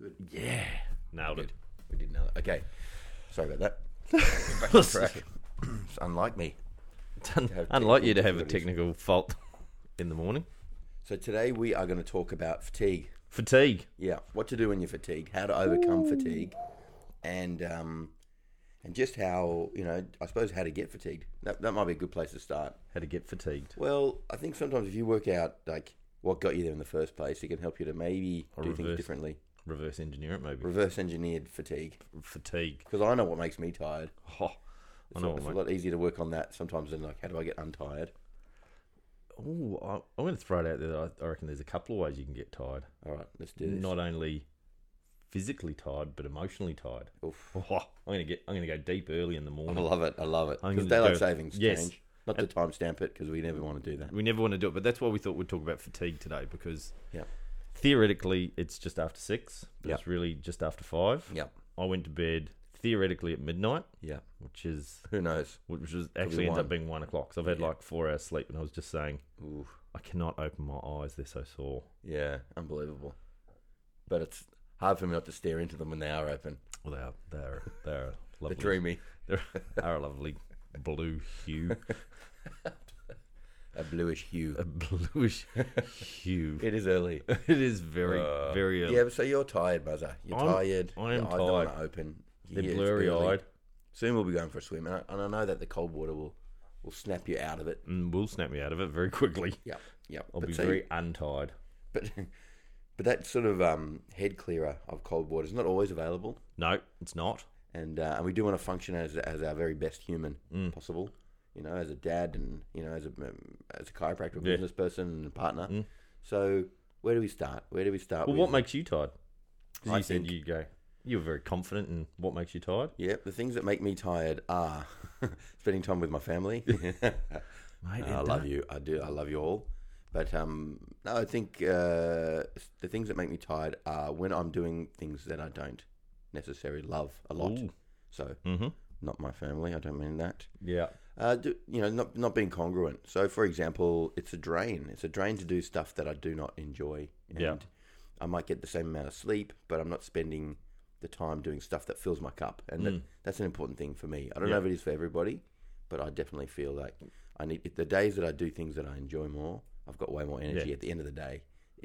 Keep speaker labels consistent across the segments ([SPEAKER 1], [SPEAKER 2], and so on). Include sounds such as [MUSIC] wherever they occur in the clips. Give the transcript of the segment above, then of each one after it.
[SPEAKER 1] Good.
[SPEAKER 2] Yeah. Nailed [LAUGHS] it.
[SPEAKER 1] Good. We didn't know that. Okay. Sorry about that.
[SPEAKER 2] [LAUGHS]
[SPEAKER 1] Back on track. it's unlike me. have
[SPEAKER 2] Unlike you to
[SPEAKER 1] technical
[SPEAKER 2] have a
[SPEAKER 1] difficulties.
[SPEAKER 2] technical fault in the morning.
[SPEAKER 1] So today we are going to talk about fatigue.
[SPEAKER 2] Fatigue.
[SPEAKER 1] Yeah, what to do when you're fatigued, how to overcome fatigue, and um, and just how you know, I suppose how to get fatigued. That that might be a good place to start.
[SPEAKER 2] How to get fatigued.
[SPEAKER 1] Well, I think sometimes if you work out like what got you there in the first place, it can help you to maybe
[SPEAKER 2] Or
[SPEAKER 1] do
[SPEAKER 2] reverse.
[SPEAKER 1] things differently.
[SPEAKER 2] Reverse engineer it, maybe.
[SPEAKER 1] Reverse engineered fatigue,
[SPEAKER 2] fatigue.
[SPEAKER 1] because I know what makes me tired.
[SPEAKER 2] Oh, I
[SPEAKER 1] It's,
[SPEAKER 2] know
[SPEAKER 1] a, it's a
[SPEAKER 2] what, mate.
[SPEAKER 1] lot easier to work on that sometimes than like how do I get untired.
[SPEAKER 2] Ooh, I, I'm going to throw it out there. That I, I reckon there's a couple of ways you can get tired.
[SPEAKER 1] All right, let's do this.
[SPEAKER 2] Not only physically tired, but emotionally tired.
[SPEAKER 1] Oof.
[SPEAKER 2] Oh, [LAUGHS] I'm going to get. I'm going to go deep early in the
[SPEAKER 1] I
[SPEAKER 2] morning.
[SPEAKER 1] love it. I love it.
[SPEAKER 2] I'm
[SPEAKER 1] Because
[SPEAKER 2] gonna
[SPEAKER 1] daylight
[SPEAKER 2] go-
[SPEAKER 1] savings
[SPEAKER 2] Yes.
[SPEAKER 1] change. Not to timestamp it because we never want to do that.
[SPEAKER 2] We never want to do it, but that's why we thought we'd talk about fatigue today because
[SPEAKER 1] Yeah.
[SPEAKER 2] theoretically it's just after six, but
[SPEAKER 1] Yeah.
[SPEAKER 2] it's really just after five.
[SPEAKER 1] Yeah.
[SPEAKER 2] I went to bed theoretically at midnight,
[SPEAKER 1] Yeah.
[SPEAKER 2] which is
[SPEAKER 1] Who knows?
[SPEAKER 2] which was actually ends
[SPEAKER 1] one.
[SPEAKER 2] up being one o'clock. So I've had
[SPEAKER 1] Yeah.
[SPEAKER 2] like four hours sleep, and I was just saying
[SPEAKER 1] Ooh.
[SPEAKER 2] I cannot open my eyes; they're so sore.
[SPEAKER 1] Yeah, unbelievable. But it's hard for me not to stare into them when they are open.
[SPEAKER 2] Well, they are they are they are a
[SPEAKER 1] They're
[SPEAKER 2] lovely.
[SPEAKER 1] dreamy,
[SPEAKER 2] They are a lovely blue hue,
[SPEAKER 1] a bluish hue.
[SPEAKER 2] [LAUGHS] a bluish hue.
[SPEAKER 1] It is early.
[SPEAKER 2] [LAUGHS] It is very
[SPEAKER 1] Uh,
[SPEAKER 2] very early.
[SPEAKER 1] Yeah, but so you're tired, Buzzer. You're
[SPEAKER 2] I'm-
[SPEAKER 1] tired.
[SPEAKER 2] I am
[SPEAKER 1] Your eyes don't
[SPEAKER 2] tired.
[SPEAKER 1] wanna open.
[SPEAKER 2] they're
[SPEAKER 1] Yeah, it's
[SPEAKER 2] blurry
[SPEAKER 1] early.
[SPEAKER 2] eyed.
[SPEAKER 1] Soon we'll be going for a swim, and I, and I know that the cold water will, will snap you out of it.
[SPEAKER 2] Mm, will snap me out of it very quickly.
[SPEAKER 1] Yep, yep.
[SPEAKER 2] I'll
[SPEAKER 1] but
[SPEAKER 2] be
[SPEAKER 1] so-
[SPEAKER 2] very untired.
[SPEAKER 1] But [LAUGHS] but that sort of um, head clearer of cold water is not always available,
[SPEAKER 2] No, it's not.
[SPEAKER 1] and uh, and we do want to function as as our very best human
[SPEAKER 2] Mm.
[SPEAKER 1] possible. You know, as a dad, and you know, as a um, as a chiropractor,
[SPEAKER 2] Yeah. Mm.
[SPEAKER 1] business person, and partner. So where do we start? Where do we start?
[SPEAKER 2] Well,
[SPEAKER 1] with?
[SPEAKER 2] what makes you tired?
[SPEAKER 1] I
[SPEAKER 2] Because you said
[SPEAKER 1] think-
[SPEAKER 2] you go. You were very confident in what makes you tired.
[SPEAKER 1] Yep, the things that make me tired are [LAUGHS] spending time with my family. [LAUGHS]
[SPEAKER 2] Mate,
[SPEAKER 1] I love you. I do. I love you all. But um, no, I think uh, the things that make me tired are when I'm doing things that I don't necessarily love a lot.
[SPEAKER 2] Ooh.
[SPEAKER 1] So
[SPEAKER 2] Mm-hmm.
[SPEAKER 1] not my family. I don't mean that.
[SPEAKER 2] Yeah.
[SPEAKER 1] Uh, do, you know, not not being congruent. So, for example, it's a drain. It's a drain to do stuff that I do not enjoy. And
[SPEAKER 2] Yeah.
[SPEAKER 1] I might get the same amount of sleep, but I'm not spending the time doing stuff that fills my cup, and
[SPEAKER 2] Mm.
[SPEAKER 1] that, that's an important thing for me. I don't know if it is for everybody, but I definitely feel like I need if the days that I do things that I enjoy more. I've got way more energy
[SPEAKER 2] Yeah.
[SPEAKER 1] at the end of the day,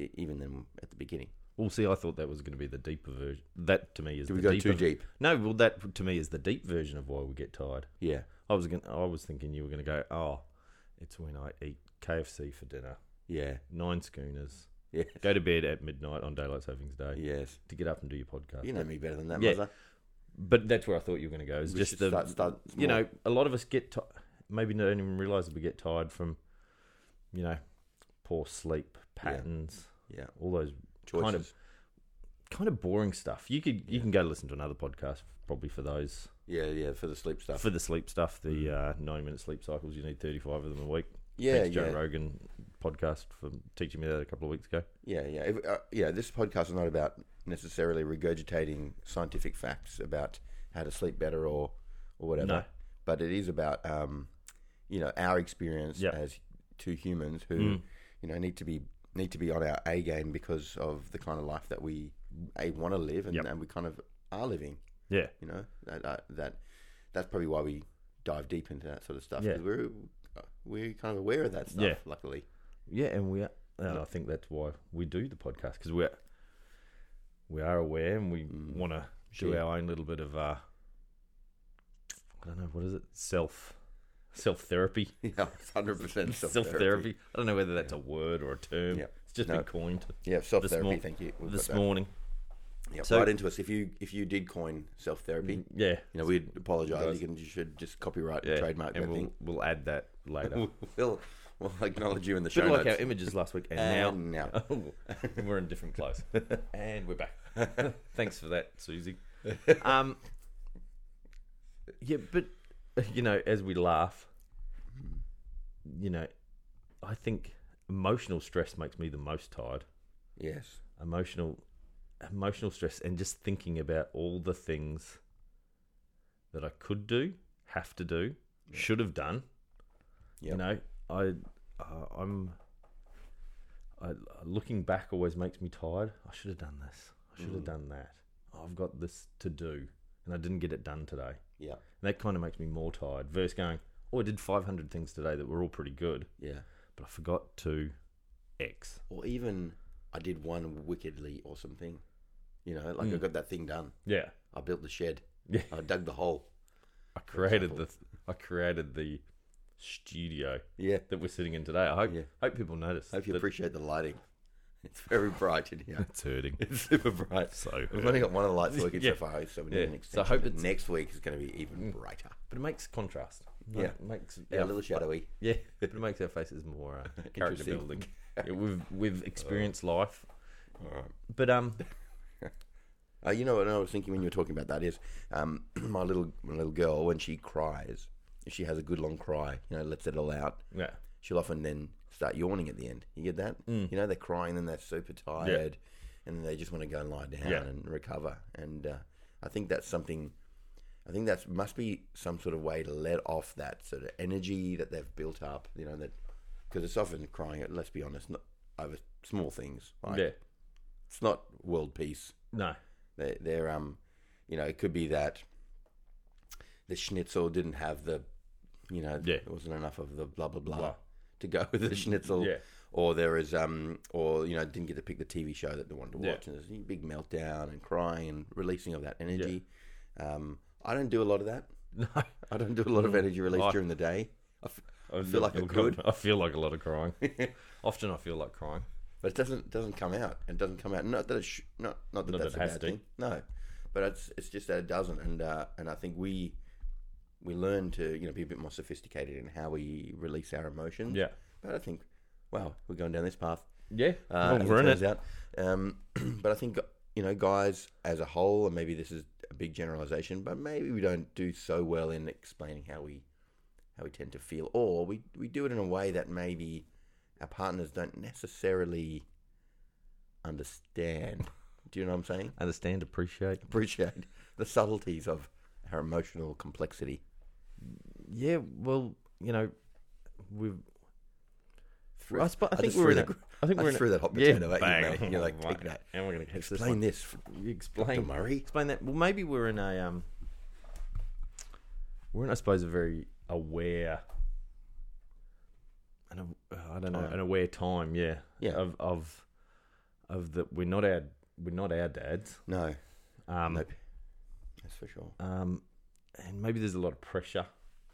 [SPEAKER 1] e- even than at the beginning.
[SPEAKER 2] Well, see, I thought that was going to be the deeper version. That to me is
[SPEAKER 1] Did
[SPEAKER 2] the
[SPEAKER 1] we go
[SPEAKER 2] deeper-
[SPEAKER 1] too deep?
[SPEAKER 2] No, well, that to me is the deep version of why we get tired.
[SPEAKER 1] Yeah,
[SPEAKER 2] I was going. I was thinking you were going to go. Oh, it's when I eat KFC for dinner,
[SPEAKER 1] yeah,
[SPEAKER 2] nine schooners,
[SPEAKER 1] yeah,
[SPEAKER 2] go to bed at midnight on daylight savings day
[SPEAKER 1] yes.
[SPEAKER 2] to get up and do your podcast.
[SPEAKER 1] You know me better than that,
[SPEAKER 2] Yeah.
[SPEAKER 1] mother.
[SPEAKER 2] But that's where I thought you were going to go. Is
[SPEAKER 1] We
[SPEAKER 2] just
[SPEAKER 1] should
[SPEAKER 2] the
[SPEAKER 1] start- start
[SPEAKER 2] you
[SPEAKER 1] small.
[SPEAKER 2] know a lot of us get ti maybe don't even realize that we get tired from you know poor sleep patterns,
[SPEAKER 1] Yeah,
[SPEAKER 2] all those
[SPEAKER 1] choices.
[SPEAKER 2] kind of kind of boring stuff. You could you can go listen to another podcast probably for those
[SPEAKER 1] yeah, yeah, for the sleep stuff.
[SPEAKER 2] for the sleep stuff, the uh, nine minute sleep cycles. You need thirty five of them a week.
[SPEAKER 1] Yeah,
[SPEAKER 2] Thanks, Joe
[SPEAKER 1] yeah.
[SPEAKER 2] Rogan podcast for teaching me that a couple of weeks ago.
[SPEAKER 1] Yeah, yeah, if, uh, yeah. This podcast is not about necessarily regurgitating scientific facts about how to sleep better or or whatever,
[SPEAKER 2] No.
[SPEAKER 1] but it is about um, you know our experience
[SPEAKER 2] Yeah.
[SPEAKER 1] as two humans
[SPEAKER 2] Mm.
[SPEAKER 1] who you know need to be need to be on our A game because of the kind of life that we a want to live and,
[SPEAKER 2] Yep.
[SPEAKER 1] and we kind of are living.
[SPEAKER 2] Yeah,
[SPEAKER 1] You know that uh, that that's probably why we dive deep into that sort of stuff
[SPEAKER 2] Yeah.
[SPEAKER 1] because we're uh, we're kind of aware of that stuff.
[SPEAKER 2] Yeah.
[SPEAKER 1] Luckily,
[SPEAKER 2] yeah, and we are, and I think that's why we do the podcast because we're we are aware and we want to do
[SPEAKER 1] Share.
[SPEAKER 2] our own little bit of uh, I don't know what is it self self therapy [LAUGHS]
[SPEAKER 1] [LAUGHS] yeah, hundred percent
[SPEAKER 2] self therapy. I don't know whether that's a word or a term.
[SPEAKER 1] Yep.
[SPEAKER 2] It's just
[SPEAKER 1] No.
[SPEAKER 2] been coined
[SPEAKER 1] Yeah, self
[SPEAKER 2] This
[SPEAKER 1] therapy.
[SPEAKER 2] mor-
[SPEAKER 1] thank you. We've
[SPEAKER 2] this
[SPEAKER 1] got that.
[SPEAKER 2] morning.
[SPEAKER 1] Yeah,
[SPEAKER 2] So-
[SPEAKER 1] right into us. If you if you did coin self therapy,
[SPEAKER 2] Yeah,
[SPEAKER 1] you know we'd apologise.
[SPEAKER 2] Guys.
[SPEAKER 1] You can you should just copyright
[SPEAKER 2] yeah.
[SPEAKER 1] and trademark
[SPEAKER 2] and
[SPEAKER 1] that
[SPEAKER 2] we'll
[SPEAKER 1] thing.
[SPEAKER 2] we'll add that [LAUGHS] later.
[SPEAKER 1] We'll, [LAUGHS] we'll acknowledge you in the show
[SPEAKER 2] Bit like our
[SPEAKER 1] notes.
[SPEAKER 2] images last week, and,
[SPEAKER 1] And
[SPEAKER 2] now, Oh, [LAUGHS] we're in different [LAUGHS] clothes, and we're [LAUGHS] back. Thanks for that, Susie. [LAUGHS] Um, yeah, but you know, as we laugh, you know, I think emotional stress makes me the most tired.
[SPEAKER 1] Yes.
[SPEAKER 2] Emotional, emotional stress, and just thinking about all the things that I could do, have to do, should have done,
[SPEAKER 1] Yep.
[SPEAKER 2] you know, I uh, I'm I, looking back always makes me tired. I should have done this. I should have
[SPEAKER 1] Mm.
[SPEAKER 2] done that. Oh, I've got this to do, and I didn't get it done today.
[SPEAKER 1] Yeah.
[SPEAKER 2] And that kind of makes me more tired. Versus going, oh, I did 500 things today that were all pretty good,
[SPEAKER 1] Yeah.
[SPEAKER 2] but I forgot to X.
[SPEAKER 1] Or even I did one wickedly awesome thing. You know, like I
[SPEAKER 2] Mm.
[SPEAKER 1] got that thing done.
[SPEAKER 2] Yeah.
[SPEAKER 1] I built the shed. [LAUGHS]
[SPEAKER 2] Yeah.
[SPEAKER 1] I dug the hole.
[SPEAKER 2] I created the I created the studio
[SPEAKER 1] Yeah.
[SPEAKER 2] that we're sitting in today. I hope
[SPEAKER 1] Yeah.
[SPEAKER 2] hope people notice.
[SPEAKER 1] Hope you
[SPEAKER 2] that
[SPEAKER 1] appreciate the lighting. It's very bright in here.
[SPEAKER 2] [LAUGHS] it's hurting.
[SPEAKER 1] [LAUGHS] It's super bright.
[SPEAKER 2] So
[SPEAKER 1] We've
[SPEAKER 2] hurt.
[SPEAKER 1] only got one of the lights
[SPEAKER 2] [LAUGHS]
[SPEAKER 1] working
[SPEAKER 2] Yeah.
[SPEAKER 1] so far, so we need
[SPEAKER 2] Yeah.
[SPEAKER 1] an
[SPEAKER 2] So I
[SPEAKER 1] extension.
[SPEAKER 2] hope
[SPEAKER 1] But
[SPEAKER 2] it's- Mm.
[SPEAKER 1] next week is going to be even brighter.
[SPEAKER 2] But it makes contrast.
[SPEAKER 1] Yeah.
[SPEAKER 2] It makes
[SPEAKER 1] Yeah,
[SPEAKER 2] our-
[SPEAKER 1] a little shadowy.
[SPEAKER 2] Yeah, [LAUGHS] but it makes our faces more [LAUGHS] uh, character
[SPEAKER 1] Interesting.
[SPEAKER 2] building. Yeah, we've we've experienced life. But [LAUGHS] um
[SPEAKER 1] Uh, you know what I was thinking when you were talking about that is um, [CLEARS THROAT] my little my little girl when she cries, if she has a good long cry, you know, lets it all out,
[SPEAKER 2] yeah.
[SPEAKER 1] she'll often then start yawning at the end. You get that?
[SPEAKER 2] Mm.
[SPEAKER 1] You know, they're crying and they're super tired, and then they just want to go and lie down
[SPEAKER 2] Yeah.
[SPEAKER 1] and recover. And uh, I think that's something. I think that's must be some sort of way to let off that sort of energy that they've built up. You know that because it's often crying. Let's be honest, not over small things. Like,
[SPEAKER 2] Yeah.
[SPEAKER 1] It's not world peace.
[SPEAKER 2] No. [LAUGHS]
[SPEAKER 1] They, they're um, you know, it could be that the schnitzel didn't have the, you know,
[SPEAKER 2] Yeah.
[SPEAKER 1] there wasn't enough of the blah blah blah,
[SPEAKER 2] Blah.
[SPEAKER 1] to go with the schnitzel.
[SPEAKER 2] Yeah.
[SPEAKER 1] Or there is um, or you know, didn't get to pick the TV show that they wanted to
[SPEAKER 2] Yeah.
[SPEAKER 1] watch, and there's a big meltdown and crying and releasing of that energy. Um, I don't do a lot of that.
[SPEAKER 2] No.
[SPEAKER 1] I don't do a lot of energy release
[SPEAKER 2] Mm. I-
[SPEAKER 1] during the day. I f-
[SPEAKER 2] I
[SPEAKER 1] feel like I
[SPEAKER 2] got-
[SPEAKER 1] could.
[SPEAKER 2] [LAUGHS] I feel like a lot of [LAUGHS] crying. Often I feel like crying.
[SPEAKER 1] but it doesn't doesn't come out. It doesn't come out. Not that it sh- not not that
[SPEAKER 2] Not
[SPEAKER 1] that's
[SPEAKER 2] that
[SPEAKER 1] a
[SPEAKER 2] it has
[SPEAKER 1] bad
[SPEAKER 2] to.
[SPEAKER 1] thing. No, but it's it's just that it doesn't. And uh, and I think we we learn to you know be a bit more sophisticated in how we release our emotions.
[SPEAKER 2] Yeah.
[SPEAKER 1] But I think wow, we're going down this path.
[SPEAKER 2] Yeah.
[SPEAKER 1] Uh,
[SPEAKER 2] well,
[SPEAKER 1] as
[SPEAKER 2] we're in
[SPEAKER 1] turns
[SPEAKER 2] it.
[SPEAKER 1] Out. Um, [CLEARS THROAT] but I think you know guys as a whole, and maybe this is a big generalization, but maybe we don't do so well in explaining how we how we tend to feel, or we we do it in a way that maybe our partners don't necessarily understand. Do you know what I'm saying?
[SPEAKER 2] Understand, appreciate.
[SPEAKER 1] Appreciate the subtleties of our emotional complexity.
[SPEAKER 2] Yeah, well, you know, we've I, sp- I
[SPEAKER 1] I
[SPEAKER 2] think
[SPEAKER 1] just
[SPEAKER 2] we're
[SPEAKER 1] threw
[SPEAKER 2] in
[SPEAKER 1] that-
[SPEAKER 2] a, I think
[SPEAKER 1] I
[SPEAKER 2] we're in
[SPEAKER 1] threw
[SPEAKER 2] a,
[SPEAKER 1] that hot
[SPEAKER 2] yeah,
[SPEAKER 1] potato at you,
[SPEAKER 2] bang.
[SPEAKER 1] mate. You're like,
[SPEAKER 2] [LAUGHS] Oh,
[SPEAKER 1] take that.
[SPEAKER 2] And we're going to catch
[SPEAKER 1] Explain
[SPEAKER 2] this.
[SPEAKER 1] this,
[SPEAKER 2] one. You
[SPEAKER 1] Dr.
[SPEAKER 2] explain,
[SPEAKER 1] Murray.
[SPEAKER 2] explain that. Well, maybe we're in a um, we're in, I suppose, a very aware, an a, I don't know,
[SPEAKER 1] Time.
[SPEAKER 2] an aware time, yeah,
[SPEAKER 1] Yeah.
[SPEAKER 2] of of of that we're not our we're not our dads,
[SPEAKER 1] No,
[SPEAKER 2] um,
[SPEAKER 1] nope. That's for sure.
[SPEAKER 2] um, and maybe there's a lot of pressure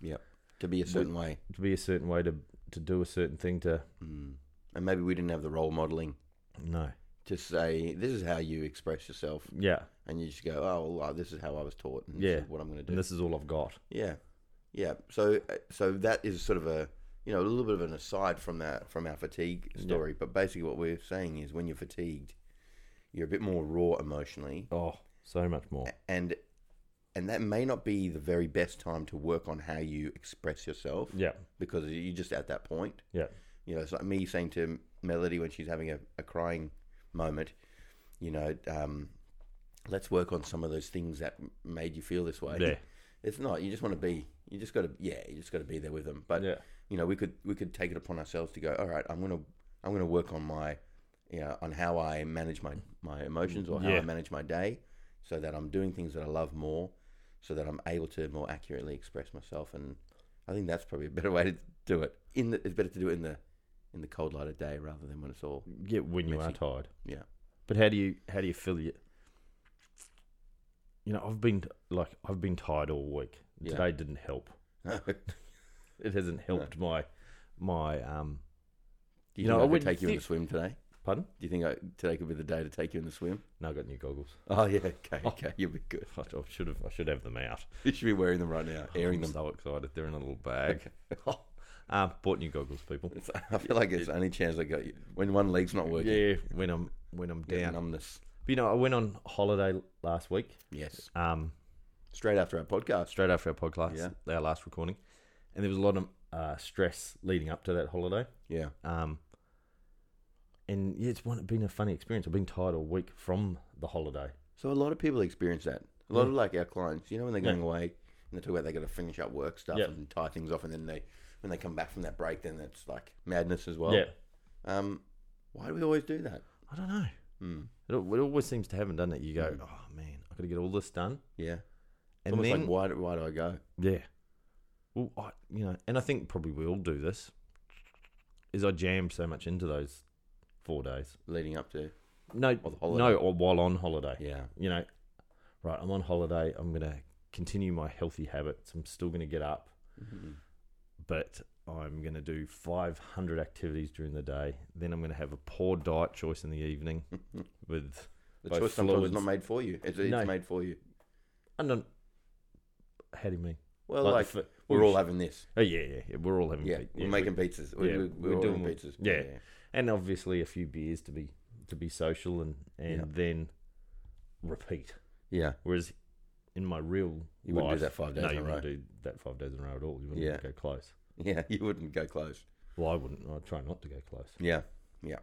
[SPEAKER 1] Yep. To be a certain way.
[SPEAKER 2] to be a certain way to to do a certain thing to
[SPEAKER 1] Mm. And maybe we didn't have the role modeling
[SPEAKER 2] no,
[SPEAKER 1] to say, this is how you express yourself.
[SPEAKER 2] yeah,
[SPEAKER 1] And you just go, oh, well, uh, this is how I was taught and
[SPEAKER 2] Yeah.
[SPEAKER 1] this is what I'm going to do.
[SPEAKER 2] and this is all I've got,
[SPEAKER 1] yeah. Yeah. So uh, so that is sort of a, you know, a little bit of an aside from that, from our fatigue story. But basically what we're saying is when you're fatigued, you're a bit more raw emotionally.
[SPEAKER 2] oh, so much more,
[SPEAKER 1] And and that may not be the very best time to work on how you express yourself
[SPEAKER 2] yeah,
[SPEAKER 1] because you're just at that point.
[SPEAKER 2] yeah,
[SPEAKER 1] You know, it's like me saying to Melody when she's having a, a crying moment, you know, um, let's work on some of those things that m- made you feel this way.
[SPEAKER 2] yeah,
[SPEAKER 1] It's not. You just want to be. You just got to. Yeah, you just got to be there with them. But
[SPEAKER 2] yeah,
[SPEAKER 1] you know, we could we could take it upon ourselves to go. All right, I'm gonna I'm gonna work on my, you know, on how I manage my my emotions or how
[SPEAKER 2] Yeah.
[SPEAKER 1] I manage my day, so that I'm doing things that I love more, so that I'm able to more accurately express myself. And I think that's probably a better way to do it. In the, it's better to do it in the in the cold light of day rather than when it's all [LAUGHS]
[SPEAKER 2] yeah, when you are
[SPEAKER 1] Messy.
[SPEAKER 2] tired.
[SPEAKER 1] yeah
[SPEAKER 2] But how do you how do you feel you? You know, I've been like I've been tired all week.
[SPEAKER 1] Yeah.
[SPEAKER 2] Today didn't help. It hasn't helped my my um.
[SPEAKER 1] Do you,
[SPEAKER 2] You know,
[SPEAKER 1] know,
[SPEAKER 2] I
[SPEAKER 1] I would
[SPEAKER 2] wouldn't
[SPEAKER 1] take you in
[SPEAKER 2] think-
[SPEAKER 1] the swim today.
[SPEAKER 2] Pardon?
[SPEAKER 1] Do you think I, today could be the day to take you in the swim?
[SPEAKER 2] No, I got new goggles. [LAUGHS]
[SPEAKER 1] Oh yeah, [LAUGHS] okay, okay, you'll be good.
[SPEAKER 2] I should have I should have them out.
[SPEAKER 1] You should be wearing them right now, airing them.
[SPEAKER 2] I'm So excited! They're in a little
[SPEAKER 1] [LAUGHS]
[SPEAKER 2] bag. [LAUGHS] um, bought new goggles, people.
[SPEAKER 1] It's, [LAUGHS] I feel like it's the only chance I got you when one leg's not working.
[SPEAKER 2] Yeah, when I'm when I'm
[SPEAKER 1] Get
[SPEAKER 2] down.
[SPEAKER 1] numbness.
[SPEAKER 2] But, you know, I went on holiday last week.
[SPEAKER 1] Yes.
[SPEAKER 2] Um,
[SPEAKER 1] Straight after our podcast.
[SPEAKER 2] straight after our podcast, our last recording, and there was a lot of uh, stress leading up to that holiday.
[SPEAKER 1] Yeah.
[SPEAKER 2] Um, and yeah, it's one, been a funny experience. I've been tired all week from the holiday.
[SPEAKER 1] So a lot of people experience that. A lot of like our clients, you know, when they're
[SPEAKER 2] Yeah.
[SPEAKER 1] going away and they talk about they got to finish up work stuff
[SPEAKER 2] Yeah.
[SPEAKER 1] and tie things off, and then they when they come back from that break, then it's like madness as well.
[SPEAKER 2] yeah,
[SPEAKER 1] Um, why do we always do that?
[SPEAKER 2] I don't know.
[SPEAKER 1] Mm.
[SPEAKER 2] It, al- it always seems to happen, doesn't it? You go, oh man, I got to get all this done,
[SPEAKER 1] Yeah.
[SPEAKER 2] and
[SPEAKER 1] Mm. Almost
[SPEAKER 2] then
[SPEAKER 1] like, why, do- why do I go?
[SPEAKER 2] yeah, well, I, you know, and I think probably we all do this. Is I jam so much into those four days?
[SPEAKER 1] Leading up to.
[SPEAKER 2] No,
[SPEAKER 1] Or the holiday.
[SPEAKER 2] no, or while on holiday.
[SPEAKER 1] Yeah.
[SPEAKER 2] you know, right, I'm on holiday. I'm going to continue my healthy habits. I'm still going to get up,
[SPEAKER 1] Mhm. [LAUGHS]
[SPEAKER 2] but I'm going to do 500 activities during the day. Then I'm going to have a poor diet choice in the evening with,
[SPEAKER 1] The
[SPEAKER 2] By
[SPEAKER 1] choice sometimes is
[SPEAKER 2] fluids.
[SPEAKER 1] not made for you. It's, it's
[SPEAKER 2] No.
[SPEAKER 1] made for you.
[SPEAKER 2] I don't, how do you mean?
[SPEAKER 1] Well,
[SPEAKER 2] Like
[SPEAKER 1] like,
[SPEAKER 2] the fi-
[SPEAKER 1] we're all having this.
[SPEAKER 2] Oh, yeah, yeah, yeah we're all having
[SPEAKER 1] Yeah,
[SPEAKER 2] pe-
[SPEAKER 1] we're
[SPEAKER 2] yeah,
[SPEAKER 1] making pizzas. We're,
[SPEAKER 2] yeah,
[SPEAKER 1] we're,
[SPEAKER 2] we're
[SPEAKER 1] all
[SPEAKER 2] doing
[SPEAKER 1] doing
[SPEAKER 2] it.
[SPEAKER 1] pizzas.
[SPEAKER 2] Yeah. and obviously a few beers to be to be social and and
[SPEAKER 1] Yeah.
[SPEAKER 2] then repeat.
[SPEAKER 1] yeah. [LAUGHS]
[SPEAKER 2] Whereas in my real
[SPEAKER 1] You
[SPEAKER 2] life,
[SPEAKER 1] wouldn't do that five days
[SPEAKER 2] no,
[SPEAKER 1] in
[SPEAKER 2] you
[SPEAKER 1] a
[SPEAKER 2] wouldn't
[SPEAKER 1] row.
[SPEAKER 2] do that five days in a row at all. You wouldn't
[SPEAKER 1] Yeah.
[SPEAKER 2] go close.
[SPEAKER 1] yeah, yeah. You wouldn't go close.
[SPEAKER 2] Well, I wouldn't. I try not to go close.
[SPEAKER 1] Yeah, yeah.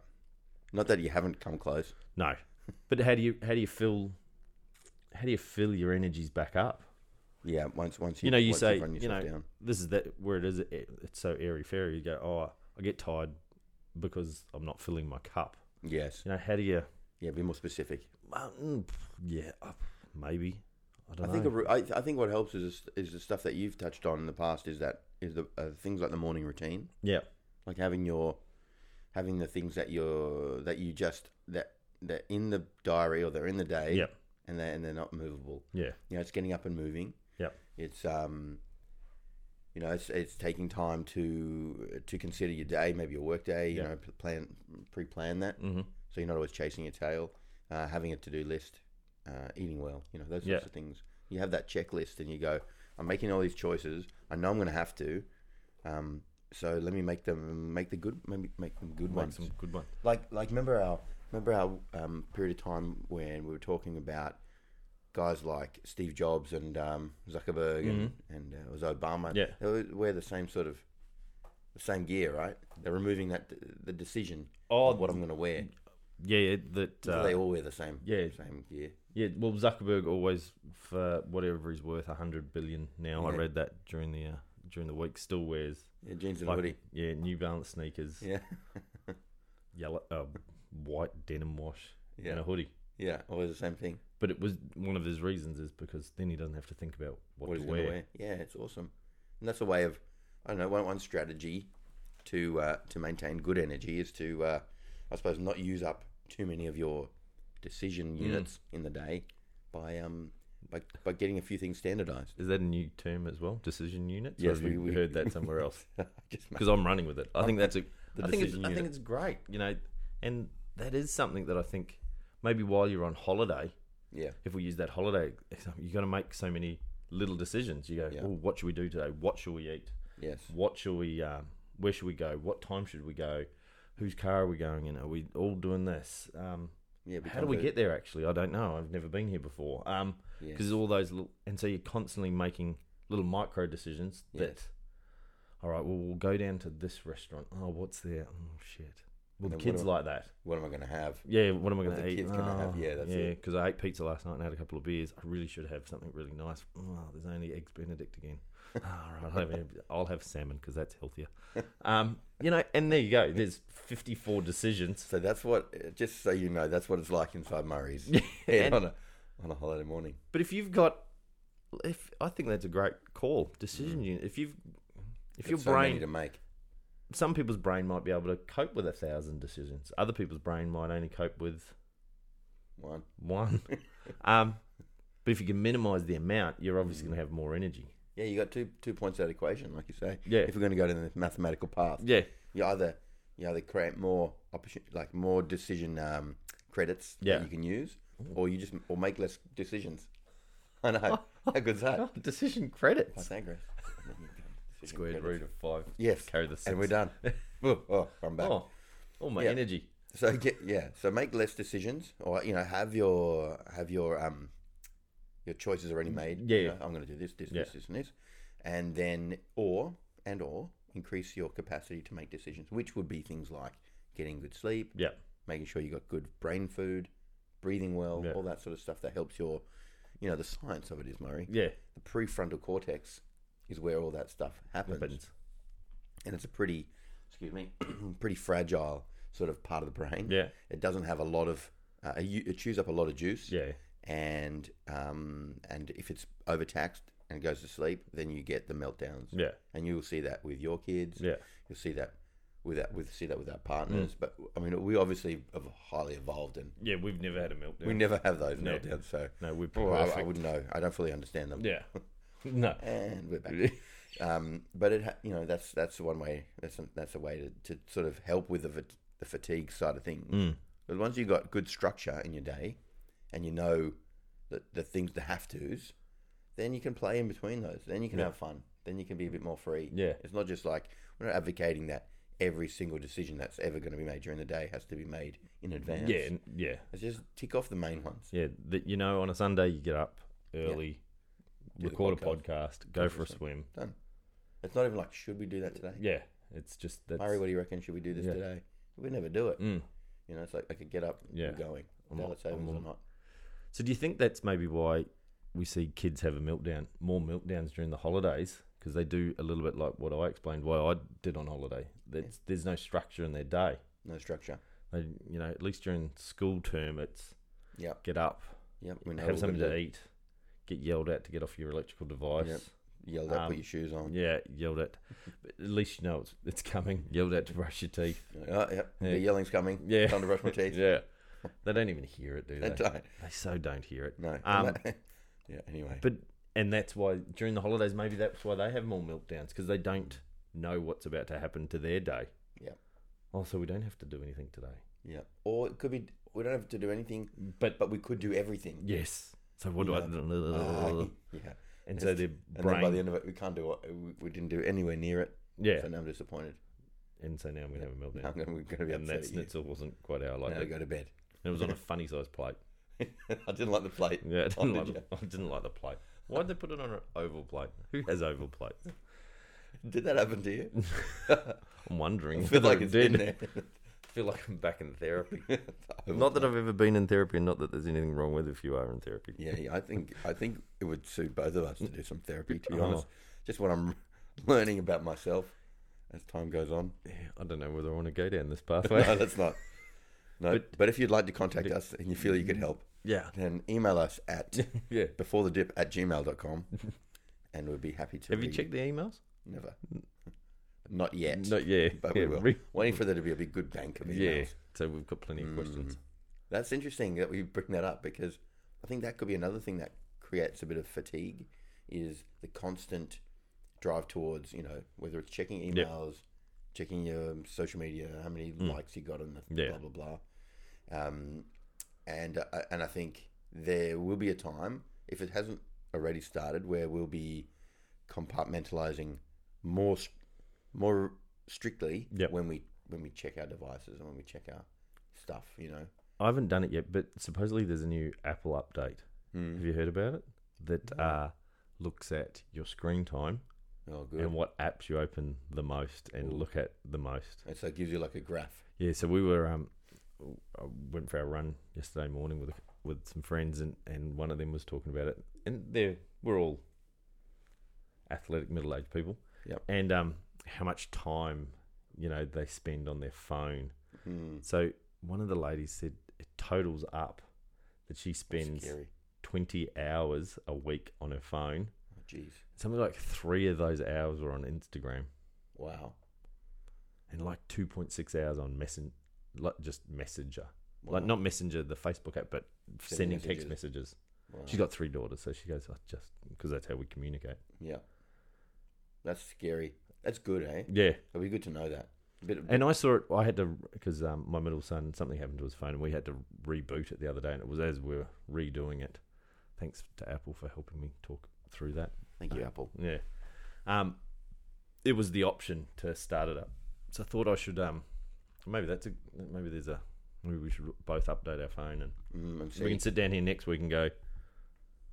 [SPEAKER 1] Not that you haven't come close.
[SPEAKER 2] No,
[SPEAKER 1] [LAUGHS]
[SPEAKER 2] but how do you how do you fill how do you fill your energies back up?
[SPEAKER 1] Yeah, once once you
[SPEAKER 2] You know, you
[SPEAKER 1] once
[SPEAKER 2] say,
[SPEAKER 1] run
[SPEAKER 2] you
[SPEAKER 1] yourself
[SPEAKER 2] know,
[SPEAKER 1] down.
[SPEAKER 2] This is that where it is. It, it's so airy fairy. You go, oh, I get tired because I'm not filling my cup.
[SPEAKER 1] Yes,
[SPEAKER 2] You know, how do you?
[SPEAKER 1] yeah. Be more specific.
[SPEAKER 2] Well, mm, yeah, uh, maybe. I
[SPEAKER 1] I
[SPEAKER 2] don't
[SPEAKER 1] think a
[SPEAKER 2] know.
[SPEAKER 1] ru- I, I think what helps is is the stuff that you've touched on in the past is that is the uh, things like the morning routine,
[SPEAKER 2] yeah,
[SPEAKER 1] like having your having the things that you're that you just that they're in the diary or they're in the day,
[SPEAKER 2] yeah,
[SPEAKER 1] and they and they're not movable.
[SPEAKER 2] yeah,
[SPEAKER 1] You know, it's getting up and moving.
[SPEAKER 2] Yep.
[SPEAKER 1] It's um, you know, it's it's taking time to to consider your day, maybe your work day. You
[SPEAKER 2] Yeah.
[SPEAKER 1] know, p- plan pre-plan that,
[SPEAKER 2] mm-hmm.
[SPEAKER 1] so you're not always chasing your tail. Uh, having a to-do list, uh, eating well. You know, those sorts
[SPEAKER 2] Yeah.
[SPEAKER 1] of things. You have that checklist, and you go, I'm making all these choices. I know I'm going to have to. Um, so let me make them make the good maybe make them good
[SPEAKER 2] make
[SPEAKER 1] ones
[SPEAKER 2] some good ones.
[SPEAKER 1] like like remember our remember our um, period of time when we were talking about guys like Steve Jobs and um, Zuckerberg and and uh, it was Obama.
[SPEAKER 2] Mm-hmm. Yeah.
[SPEAKER 1] they were, wear the same sort of the same gear, right? They're removing that the decision
[SPEAKER 2] Oh,
[SPEAKER 1] of what I'm going to wear.
[SPEAKER 2] Yeah, yeah, that.
[SPEAKER 1] So
[SPEAKER 2] Uh,
[SPEAKER 1] they all wear the same
[SPEAKER 2] yeah.
[SPEAKER 1] same gear.
[SPEAKER 2] yeah, well, Zuckerberg always for whatever he's worth, hundred billion now. I
[SPEAKER 1] Yeah.
[SPEAKER 2] read that during the uh, during the week. Still wears
[SPEAKER 1] Yeah, jeans and
[SPEAKER 2] Like-
[SPEAKER 1] hoodie. [LAUGHS]
[SPEAKER 2] Yeah, New Balance sneakers,
[SPEAKER 1] Yeah,
[SPEAKER 2] yellow, uh, white denim wash, and
[SPEAKER 1] yeah,
[SPEAKER 2] a hoodie.
[SPEAKER 1] yeah. Always the same thing.
[SPEAKER 2] But it was one of his reasons is because then he doesn't have to think about what,
[SPEAKER 1] what
[SPEAKER 2] to
[SPEAKER 1] he's
[SPEAKER 2] wear.
[SPEAKER 1] going to wear. Yeah, it's awesome, and that's a way of I don't know one one strategy to uh, to maintain good energy is to uh, I suppose not use up too many of your decision
[SPEAKER 2] Hmm.
[SPEAKER 1] units in the day by um by by getting a few things standardized. [LAUGHS]
[SPEAKER 2] Is that a new term as well? Decision units?
[SPEAKER 1] Yes,
[SPEAKER 2] or have
[SPEAKER 1] we-
[SPEAKER 2] you
[SPEAKER 1] we-
[SPEAKER 2] heard
[SPEAKER 1] [LAUGHS]
[SPEAKER 2] that somewhere else.
[SPEAKER 1] Just
[SPEAKER 2] Because I'm running with it. I think that's a. I think it's,
[SPEAKER 1] decision
[SPEAKER 2] I think
[SPEAKER 1] unit.
[SPEAKER 2] it's great. You know, and that is something that I think maybe while you're on holiday,
[SPEAKER 1] yeah,
[SPEAKER 2] if we use that holiday example, you got to make so many little decisions. You go,
[SPEAKER 1] Yeah.
[SPEAKER 2] oh, what should we do today? What should we eat?
[SPEAKER 1] yes,
[SPEAKER 2] what shall we um, where should we go what time should we go whose car are we going in are we all doing this um,
[SPEAKER 1] yeah.
[SPEAKER 2] how do we get there actually i don't know i've never been here before because
[SPEAKER 1] Yes.
[SPEAKER 2] all those little, and so you're constantly making little micro decisions that all right well we'll go down to this restaurant oh what's there oh shit
[SPEAKER 1] And
[SPEAKER 2] well
[SPEAKER 1] then
[SPEAKER 2] the
[SPEAKER 1] what
[SPEAKER 2] kids
[SPEAKER 1] do I-
[SPEAKER 2] like that
[SPEAKER 1] What am I going to have?
[SPEAKER 2] yeah what am i
[SPEAKER 1] What
[SPEAKER 2] going to
[SPEAKER 1] the
[SPEAKER 2] eat
[SPEAKER 1] kids gonna have?
[SPEAKER 2] Oh,
[SPEAKER 1] Yeah, that's
[SPEAKER 2] yeah
[SPEAKER 1] it.
[SPEAKER 2] because i ate pizza last night and had a couple of beers i really should have something really nice oh, there's only eggs benedict
[SPEAKER 1] [LAUGHS]
[SPEAKER 2] again Ah, all right I'll have, I'll have salmon because that's healthier [LAUGHS] um, you know and there you go there's 54 decisions
[SPEAKER 1] So that's what. uh, Just so you know, that's what it's like inside
[SPEAKER 2] [LAUGHS]
[SPEAKER 1] Murray's
[SPEAKER 2] And-
[SPEAKER 1] on a on a holiday morning.
[SPEAKER 2] but if you've got if i think that's a great call decision unit if you've if
[SPEAKER 1] Got
[SPEAKER 2] your
[SPEAKER 1] Mm. so many
[SPEAKER 2] brain
[SPEAKER 1] to make.
[SPEAKER 2] some people's brain might be able to cope with a thousand decisions other people's brain might only cope with
[SPEAKER 1] One. [LAUGHS]
[SPEAKER 2] one um, but if you can minimize the amount you're obviously going to have more energy
[SPEAKER 1] Yeah, you got two two points out of equation, like you say.
[SPEAKER 2] Yeah.
[SPEAKER 1] If we're going to go to the mathematical path,
[SPEAKER 2] yeah
[SPEAKER 1] you either you either create more opportunity, like more decision um, credits
[SPEAKER 2] Yeah.
[SPEAKER 1] that you can use, or you just or make less decisions. [LAUGHS] I know. How good's that?
[SPEAKER 2] Oh, decision
[SPEAKER 1] Uh, I
[SPEAKER 2] credits.
[SPEAKER 1] digress. [LAUGHS] Decision
[SPEAKER 2] Squared
[SPEAKER 1] credits.
[SPEAKER 2] root of five.
[SPEAKER 1] Yes.
[SPEAKER 2] Carry the six.
[SPEAKER 1] And we're done.
[SPEAKER 2] [LAUGHS]
[SPEAKER 1] oh, oh, I'm back.
[SPEAKER 2] Oh, all my
[SPEAKER 1] Yeah.
[SPEAKER 2] energy.
[SPEAKER 1] So get yeah. So make less decisions, or you know, have your have your um your choices already made.
[SPEAKER 2] Yeah,
[SPEAKER 1] You
[SPEAKER 2] yeah.
[SPEAKER 1] know, I'm going to do this, this,
[SPEAKER 2] Yeah.
[SPEAKER 1] this, this, and this, and then or and or increase your capacity to make decisions, which would be things like getting good sleep,
[SPEAKER 2] Yeah.
[SPEAKER 1] making sure you got good brain food, breathing well,
[SPEAKER 2] Yeah.
[SPEAKER 1] all that sort of stuff that helps your, you know, the science of it is Murray.
[SPEAKER 2] Yeah.
[SPEAKER 1] The prefrontal cortex is where all that stuff happens
[SPEAKER 2] Happens.
[SPEAKER 1] and it's a pretty, [CLEARS THROAT] excuse me, pretty fragile sort of part of the brain.
[SPEAKER 2] Yeah.
[SPEAKER 1] it doesn't have a lot of Uh, you, it chews up a lot of juice.
[SPEAKER 2] Yeah.
[SPEAKER 1] And um, and if it's overtaxed and goes to sleep, then you get the meltdowns.
[SPEAKER 2] Yeah.
[SPEAKER 1] And you will see that with your kids.
[SPEAKER 2] Yeah. Mm.
[SPEAKER 1] You'll see that with that with see that with our partners. But I mean, we obviously have highly evolved, and
[SPEAKER 2] Yeah, we've never had a meltdown.
[SPEAKER 1] we never have those
[SPEAKER 2] No.
[SPEAKER 1] meltdowns. So
[SPEAKER 2] no, we're
[SPEAKER 1] well, I- I,
[SPEAKER 2] perfect.
[SPEAKER 1] wouldn't know. I don't fully understand them.
[SPEAKER 2] yeah. [LAUGHS] No.
[SPEAKER 1] And we're back. [LAUGHS] um, but it, ha- you know, that's that's the one way. That's a, that's a way to, to sort of help with the fat- the fatigue side of things.
[SPEAKER 2] Mm.
[SPEAKER 1] But once you've got good structure in your day, and you know that the things the have tos, then you can play in between those. Then you can have fun. Then you can be a bit more free.
[SPEAKER 2] Yeah.
[SPEAKER 1] it's not just like we're not advocating that every single decision that's ever going to be made during the day has to be made in advance.
[SPEAKER 2] Yeah. n- Yeah.
[SPEAKER 1] Let's just tick off the main ones.
[SPEAKER 2] Yeah. That you know, on a Sunday you get up early,
[SPEAKER 1] the
[SPEAKER 2] record a
[SPEAKER 1] podcast.
[SPEAKER 2] podcast, go for a swim.
[SPEAKER 1] Done. It's not even like should we do that today?
[SPEAKER 2] Yeah. It's just that's
[SPEAKER 1] Murray, what do you reckon? Should we do this
[SPEAKER 2] Yeah.
[SPEAKER 1] today? We never do it.
[SPEAKER 2] Mm.
[SPEAKER 1] You know, it's like I could get up,
[SPEAKER 2] Yeah.
[SPEAKER 1] yeah. we're going.
[SPEAKER 2] I'm
[SPEAKER 1] Daylight
[SPEAKER 2] not-
[SPEAKER 1] savings
[SPEAKER 2] I'm
[SPEAKER 1] or not.
[SPEAKER 2] So do you think that's maybe why we see kids have a meltdown, more meltdowns during the holidays? Because they do a little bit like what I explained why I did on holiday. That's, There's no structure in their day.
[SPEAKER 1] No structure.
[SPEAKER 2] They, you know, at least during school term, it's
[SPEAKER 1] Yep.
[SPEAKER 2] get up,
[SPEAKER 1] Yep. We know
[SPEAKER 2] have
[SPEAKER 1] what
[SPEAKER 2] something
[SPEAKER 1] we're
[SPEAKER 2] to
[SPEAKER 1] doing.
[SPEAKER 2] eat, get yelled at to get off your electrical device.
[SPEAKER 1] Yep. Yelled at,
[SPEAKER 2] Um,
[SPEAKER 1] put your shoes on.
[SPEAKER 2] Yeah, yelled at. But at least you know it's, it's coming. [LAUGHS] Yelled at to brush your teeth.
[SPEAKER 1] You're like, [LAUGHS] Oh, yep.
[SPEAKER 2] Yeah.
[SPEAKER 1] The yelling's coming.
[SPEAKER 2] Yeah.
[SPEAKER 1] Time to brush my teeth. [LAUGHS]
[SPEAKER 2] [LAUGHS] Yeah. They don't even hear it, do
[SPEAKER 1] They
[SPEAKER 2] they?
[SPEAKER 1] don't.
[SPEAKER 2] They so don't hear it.
[SPEAKER 1] No.
[SPEAKER 2] [LAUGHS] Um,
[SPEAKER 1] [LAUGHS] yeah, anyway.
[SPEAKER 2] But and that's why during the holidays, maybe that's why they have more meltdowns because they don't know what's about to happen to their day.
[SPEAKER 1] Yep.
[SPEAKER 2] Oh, so we don't have to do anything today.
[SPEAKER 1] Yeah. Or it could be, we don't have to do anything,
[SPEAKER 2] But
[SPEAKER 1] but we could do
[SPEAKER 2] [LAUGHS]
[SPEAKER 1] everything.
[SPEAKER 2] yes. So what do I?
[SPEAKER 1] Uh, [LAUGHS] yeah.
[SPEAKER 2] and so their
[SPEAKER 1] And
[SPEAKER 2] brain.
[SPEAKER 1] then by the end of it, we can't do what we, we didn't do anywhere near it.
[SPEAKER 2] yeah.
[SPEAKER 1] So now I'm disappointed.
[SPEAKER 2] And so now I'm gonna have a meltdown.
[SPEAKER 1] I'm going to be
[SPEAKER 2] And
[SPEAKER 1] upset.
[SPEAKER 2] that
[SPEAKER 1] At you.
[SPEAKER 2] schnitzel wasn't quite our like.
[SPEAKER 1] Now
[SPEAKER 2] It.
[SPEAKER 1] go to bed. [LAUGHS]
[SPEAKER 2] it was on a funny sized plate.
[SPEAKER 1] I didn't like the plate.
[SPEAKER 2] Yeah, I didn't,
[SPEAKER 1] Oh,
[SPEAKER 2] like
[SPEAKER 1] did
[SPEAKER 2] the, [LAUGHS] I didn't like the plate. Why'd they put it on an oval plate? Who has oval plates?
[SPEAKER 1] Did that happen to you?
[SPEAKER 2] I'm [LAUGHS] wondering.
[SPEAKER 1] I feel
[SPEAKER 2] whether
[SPEAKER 1] like
[SPEAKER 2] it
[SPEAKER 1] it's
[SPEAKER 2] did.
[SPEAKER 1] in there. [LAUGHS]
[SPEAKER 2] feel like I'm back in therapy. [LAUGHS] not that I've ever been in therapy, and not that there's anything wrong with if you are in therapy.
[SPEAKER 1] Yeah, yeah, I think I think it would suit both of us to do some therapy. To be
[SPEAKER 2] Oh.
[SPEAKER 1] honest, just what I'm [LAUGHS] learning about myself as time goes on. [LAUGHS]
[SPEAKER 2] [LAUGHS] I don't know whether I want to go down this pathway. [LAUGHS]
[SPEAKER 1] No, that's not. No, but, if you'd like to contact us and you feel you could help,
[SPEAKER 2] yeah,
[SPEAKER 1] then email us
[SPEAKER 2] [LAUGHS]
[SPEAKER 1] at
[SPEAKER 2] yeah.
[SPEAKER 1] before the dip at
[SPEAKER 2] [LAUGHS]
[SPEAKER 1] gmail.com and we'd be happy to.
[SPEAKER 2] Have you
[SPEAKER 1] read-
[SPEAKER 2] checked the emails?
[SPEAKER 1] Never. Not yet.
[SPEAKER 2] Not yeah,
[SPEAKER 1] but
[SPEAKER 2] yeah,
[SPEAKER 1] we will.
[SPEAKER 2] re-
[SPEAKER 1] Waiting for there to be a big good bank of emails.
[SPEAKER 2] yeah. So we've got plenty of questions.
[SPEAKER 1] That's interesting that we bring that up because I think that could be another thing that creates a bit of fatigue is the constant drive towards, you know, whether it's checking emails, checking your social media, how many likes you got and the
[SPEAKER 2] Yeah.
[SPEAKER 1] blah blah blah. Um, and uh, and I think there will be a time if it hasn't already started where we'll be compartmentalizing more s- more strictly
[SPEAKER 2] Yep.
[SPEAKER 1] when we when we check our devices and when we check our stuff, you know.
[SPEAKER 2] I haven't done it yet, but supposedly there's a new Apple update. Have you heard about it? That uh, looks at your screen time
[SPEAKER 1] Oh, good.
[SPEAKER 2] and what apps you open the most and look at the most.
[SPEAKER 1] And so it gives you like a graph.
[SPEAKER 2] Yeah, so we were um, I went for a run yesterday morning with with some friends, and and one of them was talking about it, and they we're all athletic middle aged people,
[SPEAKER 1] Yep.
[SPEAKER 2] and um, how much time you know they spend on their phone.
[SPEAKER 1] Hmm.
[SPEAKER 2] So one of the ladies said it totals up that she spends
[SPEAKER 1] Scary.
[SPEAKER 2] twenty hours a week on her phone.
[SPEAKER 1] Oh, Jeez.
[SPEAKER 2] Something like three of those hours were on Instagram,
[SPEAKER 1] Wow.
[SPEAKER 2] and like two point six hours on messen, like just Messenger.
[SPEAKER 1] Wow.
[SPEAKER 2] Like not Messenger, the Facebook app, but sending
[SPEAKER 1] Sending
[SPEAKER 2] text messages.
[SPEAKER 1] Wow.
[SPEAKER 2] She's got three daughters, so she goes I just because that's how we communicate.
[SPEAKER 1] Yeah. That's scary. That's good, eh?
[SPEAKER 2] Yeah,
[SPEAKER 1] It'd be good to know that. A bit of,
[SPEAKER 2] and I saw it. I had to because um, my middle son something happened to his phone, and we had to reboot it the other day, and it was as we were redoing it. Thanks to Apple for helping me talk through that.
[SPEAKER 1] Thank you, Apple.
[SPEAKER 2] Yeah, um, it was the option to start it up, so I thought I should um, maybe that's a maybe there's a maybe we should both update our phone and
[SPEAKER 1] Mm, and
[SPEAKER 2] we
[SPEAKER 1] see,
[SPEAKER 2] can sit down here next week and go.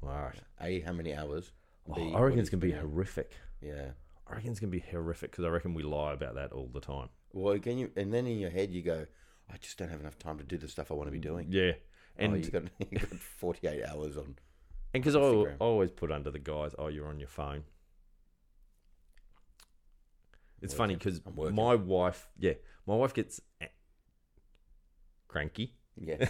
[SPEAKER 2] All right,
[SPEAKER 1] A, how many hours?
[SPEAKER 2] Oh,
[SPEAKER 1] B,
[SPEAKER 2] I reckon
[SPEAKER 1] what
[SPEAKER 2] it's
[SPEAKER 1] do you
[SPEAKER 2] gonna be
[SPEAKER 1] spend?
[SPEAKER 2] horrific.
[SPEAKER 1] Yeah.
[SPEAKER 2] I reckon it's gonna be horrific because I reckon we lie about that all the time.
[SPEAKER 1] Well, can you? And then in your head, you go, I just don't have enough time to do the stuff I want to be doing.
[SPEAKER 2] Yeah,
[SPEAKER 1] And oh,
[SPEAKER 2] and
[SPEAKER 1] you got, [LAUGHS] you got 48 hours on.
[SPEAKER 2] and because I, al-
[SPEAKER 1] Instagram.
[SPEAKER 2] I always put under the guise, oh, you're on your phone. It's funny 'cause
[SPEAKER 1] I'm
[SPEAKER 2] funny
[SPEAKER 1] working.
[SPEAKER 2] because my wife, yeah, my wife gets a- cranky
[SPEAKER 1] Yeah.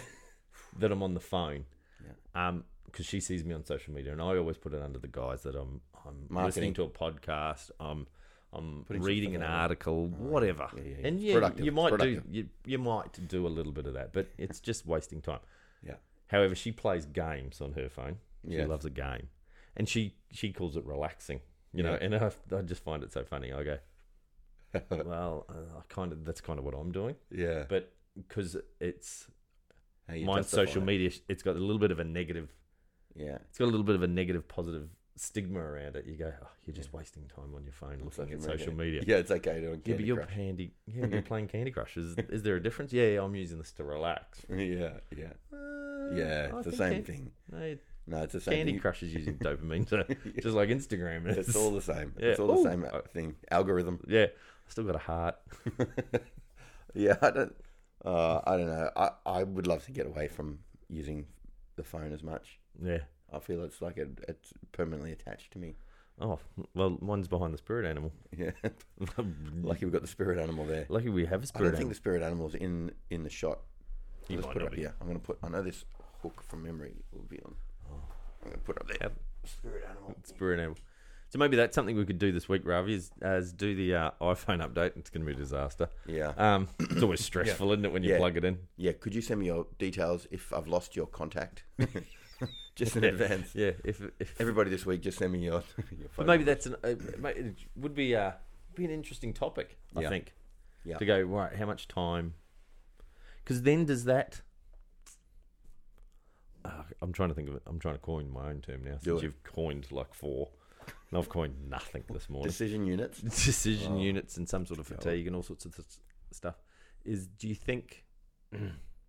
[SPEAKER 2] that I'm on the phone.
[SPEAKER 1] Yeah.
[SPEAKER 2] Um, because she sees me on social media, and I always put it under the guise that I'm I'm
[SPEAKER 1] Marketing.
[SPEAKER 2] listening to a podcast, I'm I'm
[SPEAKER 1] Putting
[SPEAKER 2] reading
[SPEAKER 1] something
[SPEAKER 2] an
[SPEAKER 1] out.
[SPEAKER 2] article, whatever.
[SPEAKER 1] Yeah, yeah, yeah.
[SPEAKER 2] And
[SPEAKER 1] It's
[SPEAKER 2] yeah,
[SPEAKER 1] productive.
[SPEAKER 2] you
[SPEAKER 1] It's
[SPEAKER 2] might
[SPEAKER 1] productive.
[SPEAKER 2] do you, you might do a little bit of that, but
[SPEAKER 1] [LAUGHS]
[SPEAKER 2] it's just wasting time.
[SPEAKER 1] Yeah.
[SPEAKER 2] However, she plays games on her phone. [LAUGHS] She
[SPEAKER 1] Yeah.
[SPEAKER 2] loves a game, and she she calls it relaxing. You know,
[SPEAKER 1] Yeah.
[SPEAKER 2] and I, I just find it so funny. I go, well, uh, I kind of that's kind of what I'm doing,
[SPEAKER 1] [LAUGHS] yeah.
[SPEAKER 2] but because it's
[SPEAKER 1] How you
[SPEAKER 2] mine's
[SPEAKER 1] justify
[SPEAKER 2] social
[SPEAKER 1] it.
[SPEAKER 2] media, it's got a little bit of a negative.
[SPEAKER 1] Yeah.
[SPEAKER 2] It's got a little bit of a negative, positive stigma around it. You go, oh, you're just wasting time on your phone looking at social media.
[SPEAKER 1] Yeah, it's okay doing
[SPEAKER 2] Yeah, but
[SPEAKER 1] Candy
[SPEAKER 2] you're
[SPEAKER 1] Crush.
[SPEAKER 2] handy. Yeah, you're playing Candy Crush. Is, is there a difference? Yeah, yeah, I'm using this to relax.
[SPEAKER 1] [LAUGHS] Yeah, yeah,
[SPEAKER 2] Uh,
[SPEAKER 1] yeah.
[SPEAKER 2] I
[SPEAKER 1] It's the
[SPEAKER 2] think
[SPEAKER 1] same
[SPEAKER 2] it-
[SPEAKER 1] thing.
[SPEAKER 2] no,
[SPEAKER 1] No, it's the same
[SPEAKER 2] Candy
[SPEAKER 1] thing.
[SPEAKER 2] Crush
[SPEAKER 1] [LAUGHS]
[SPEAKER 2] is using dopamine, so just like Instagram is.
[SPEAKER 1] It's all the same.
[SPEAKER 2] Yeah.
[SPEAKER 1] It's all the
[SPEAKER 2] Ooh.
[SPEAKER 1] same uh, thing. Algorithm. [LAUGHS]
[SPEAKER 2] yeah, I still got a heart.
[SPEAKER 1] Yeah, I don't. Uh, I don't know. I, I would love to get away from using the phone as much.
[SPEAKER 2] Yeah.
[SPEAKER 1] I feel it's like it, it's permanently attached to me. [LAUGHS]
[SPEAKER 2] Oh well, one's behind the spirit animal. [LAUGHS]
[SPEAKER 1] Yeah, lucky we've got the spirit animal there.
[SPEAKER 2] Lucky we have
[SPEAKER 1] I
[SPEAKER 2] a
[SPEAKER 1] don't
[SPEAKER 2] spirit
[SPEAKER 1] think
[SPEAKER 2] animal.
[SPEAKER 1] the spirit animal's in in the shot.
[SPEAKER 2] You
[SPEAKER 1] Let's
[SPEAKER 2] might
[SPEAKER 1] put it
[SPEAKER 2] not
[SPEAKER 1] up
[SPEAKER 2] be.
[SPEAKER 1] here. I'm gonna put. I know this hook from memory will be on.
[SPEAKER 2] Oh.
[SPEAKER 1] I'm gonna put it up there.
[SPEAKER 2] Have-
[SPEAKER 1] Spirit animal.
[SPEAKER 2] Spirit animal. So maybe that's something we could do this week, Ravi, is, is do the uh, iPhone update. It's going to be a disaster.
[SPEAKER 1] Yeah.
[SPEAKER 2] Um, it's always stressful, isn't it, when you
[SPEAKER 1] Yeah.
[SPEAKER 2] plug it in?
[SPEAKER 1] Yeah, could you send me your details if I've lost your contact? [LAUGHS] just in advance.
[SPEAKER 2] [LAUGHS] Yeah. If, if
[SPEAKER 1] Everybody this week, just send me your, [LAUGHS] your phone.
[SPEAKER 2] but maybe that's an uh, ma- it would be uh, be an interesting topic. I
[SPEAKER 1] Yeah.
[SPEAKER 2] think.
[SPEAKER 1] Yeah.
[SPEAKER 2] To go right, how much time? Because then does that? Ah, I'm trying to think of it. I'm trying to coin my own term now. Since
[SPEAKER 1] it.
[SPEAKER 2] you've coined like four, and I've coined nothing this morning.
[SPEAKER 1] decision units.
[SPEAKER 2] [LAUGHS] decision units and some sort of
[SPEAKER 1] God.
[SPEAKER 2] fatigue and all sorts of th- stuff. Is do you think [CLEARS THROAT]